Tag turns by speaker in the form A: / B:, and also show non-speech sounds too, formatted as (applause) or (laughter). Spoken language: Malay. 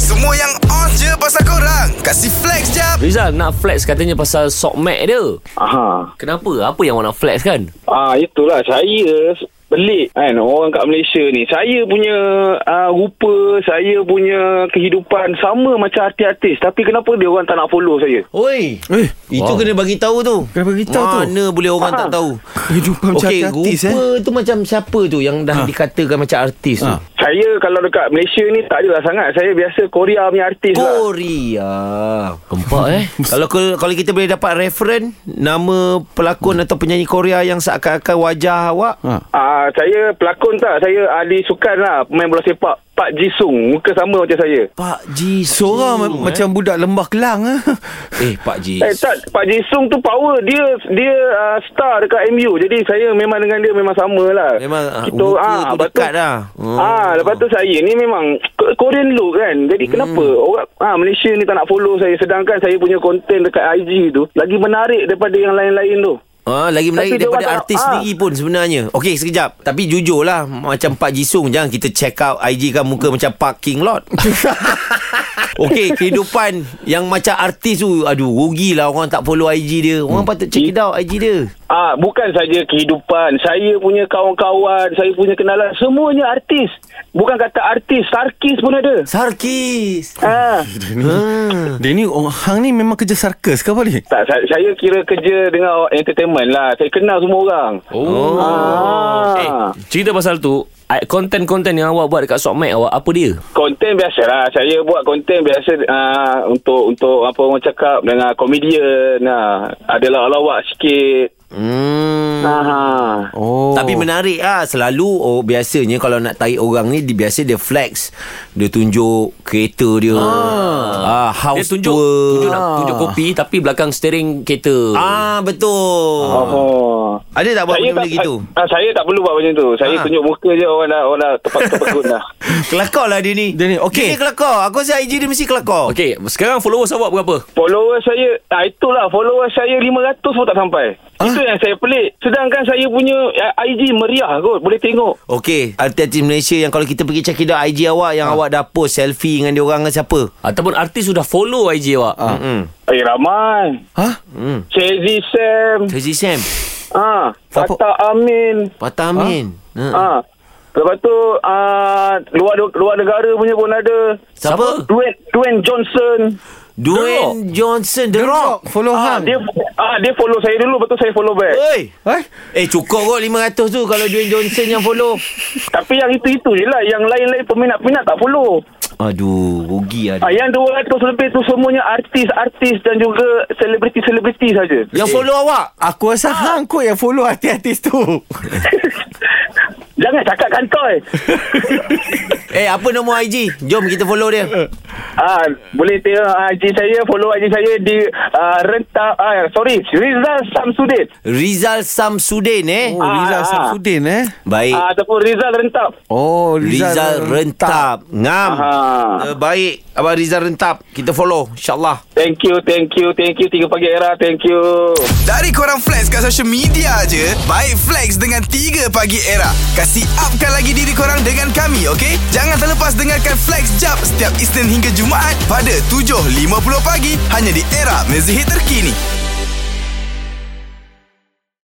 A: Semua yang on je pasal korang Kasih flex jap
B: Rizal nak flex katanya pasal sock mat dia.
C: Aha.
B: Kenapa? Apa yang awak nak flex kan?
C: Ah itulah saya pelik kan orang kat Malaysia ni. Saya punya uh, rupa, saya punya kehidupan sama macam artis-artis tapi kenapa dia orang tak nak follow saya?
D: Oi.
E: Eh,
D: Itu
E: Wow.
D: kena bagi tahu tu.
E: Kena bagi tahu tu.
D: Mana boleh orang tak tahu.
E: (laughs) Kehidupan macam
D: Okey,
E: artis, eh?
D: rupa tu macam siapa tu yang dah dikatakan macam artis tu?
E: Ha.
C: Saya kalau dekat Malaysia ni tak adalah sangat. Saya biasa Korea punya artis lah.
D: Korea.
B: Gempak eh.
D: (laughs) Kalau kalau kita boleh dapat referen nama pelakon atau penyanyi Korea yang seakan-akan wajah awak.
E: ha.
C: Ah saya pelakon tak? Saya Ali Sukan lah, pemain bola sepak. Pak Ji Sung, muka sama macam saya.
D: Pak Ji
E: Seorang
D: Sung,
E: ma- macam budak lembah kelang ah.
D: eh Pak Ji.
C: Eh tak Pak Jisung tu power dia dia uh, star dekat MU. Jadi saya memang dengan dia memang sama lah.
D: Memang, ah, muka tu
C: lepas
D: dekat dah.
C: Ah,
D: Oh.
C: lepas tu saya ni memang K- Korean look kan. Jadi hmm. kenapa orang ah Malaysia ni tak nak follow saya sedangkan saya punya konten dekat IG tu lagi menarik daripada yang lain-lain tu.
D: Ah, lagi
C: Tapi
D: menarik
C: dia
D: daripada
C: orang tak-
D: artis
C: ah.
D: sendiri pun sebenarnya. Okey, sekejap. Tapi jujur lah, macam Pak Jisung, jangan kita check out IG kan muka macam
C: (laughs)
D: parking lot. Okey, kehidupan yang macam artis tu, aduh, rugilah orang tak follow IG dia. Orang patut check it out IG dia.
C: Ah, bukan saja kehidupan. Saya punya kawan-kawan, saya punya kenalan semuanya artis. Bukan kata artis, sarkis pun ada.
D: Sarkis.
C: Ah.
E: (laughs) Dia ni orang hang ni memang kerja sarkas ke apa ni?
C: Tak, saya, saya kira kerja dengan orang entertainment lah. Saya kenal semua orang.
B: Oh.
C: Ah.
B: Eh, cerita pasal tu, ah, konten-konten yang awak buat dekat sock mat awak apa dia?
C: Konten biasa lah. Saya buat konten biasa uh, untuk untuk apa orang cakap dengan komedian. Uh, adalah lawak sikit.
D: Hmm.
C: Ah.
E: Oh.
D: Tapi menarik lah Selalu oh, Biasanya kalau nak tarik orang ni dia, Biasa dia flex Dia tunjuk Kereta dia
B: Dia
D: ah. Ah, House
B: tunjuk
D: tour
B: tunjuk, nak, tunjuk kopi tapi belakang steering kereta.
D: Ah betul.
C: Oh.
D: Ada tak buat benda-benda gitu? (laughs)
C: ah, saya tak perlu buat macam tu. Saya
D: Ah.
C: tunjuk muka je orang dah orang dah tepat tepat
D: (laughs)
C: dah.
D: Kelakar lah dia ni.
E: Dia ni, okey.
D: Dia ni kelakar. Aku rasa IG dia mesti kelakar. Okay.
B: Okey, sekarang followers awak berapa?
C: Follower saya ah, Itulah follower saya 500 pun tak sampai ah? Itu yang saya pelik Sedangkan saya punya ah, IG meriah kot Boleh tengok
D: Okey, artis Malaysia yang kalau kita pergi check it out IG awak yang awak dah post selfie dengan dia orang dengan siapa?
B: Ataupun artis sudah follow IG awak?
E: Ah.
D: Hmm.
C: Eh ramai
E: Ha?
C: Chazzy Sam
D: Tracy Sam,
C: ah,
E: Siapa?
C: Fatah Amin
D: Patah Amin. Ha?
C: ah. Lepas tu ah, luar, luar negara punya pun ada
D: Siapa?
C: Dwayne, Dwayne Johnson
D: Dwayne Johnson The
E: Oh,
D: Rock.
E: Follow
C: ah,
E: hang.
C: dia, ah, dia follow saya dulu Lepas tu saya follow back
D: Oi.
E: Eh?
D: Eh cukup kot 500 tu kalau Dwayne Johnson yang follow.
C: Tapi yang itu-itu je lah Yang lain-lain peminat-peminat tak follow
D: Aduh, rugi lah.
C: ah,
D: Dia.
C: Yang 200 lebih tu semuanya artis-artis Dan juga selebriti-selebriti saja.
D: Yang follow awak.
E: Aku rasa hang kot yang follow artis-artis tu.
C: Jangan cakap kantoi
D: Eh apa nombor IG? Jom kita follow dia.
C: Ah, boleh tengok IG saya, follow IG saya di uh, renta ah, sorry, Rizal Samsudin.
D: Rizal Samsudin eh.
E: Oh, Rizal
C: Ah, ah.
E: Samsudin eh.
D: Baik.
C: Ah, ataupun Rizal Rentap.
E: Oh,
D: Rizal Rentap Ngam
C: Aha.
D: uh, Baik Abang Rizal Rentap Kita follow InsyaAllah
C: Thank you, thank you, thank you. Tiga pagi era, thank you.
A: Dari korang flex kat social media je Baik flex dengan 3 pagi era Kasih upkan lagi diri korang dengan kami okay? Jangan terlepas dengarkan flex jap Setiap Isnin hingga Jumaat Pada 7.50 pagi Hanya di era mezihit terkini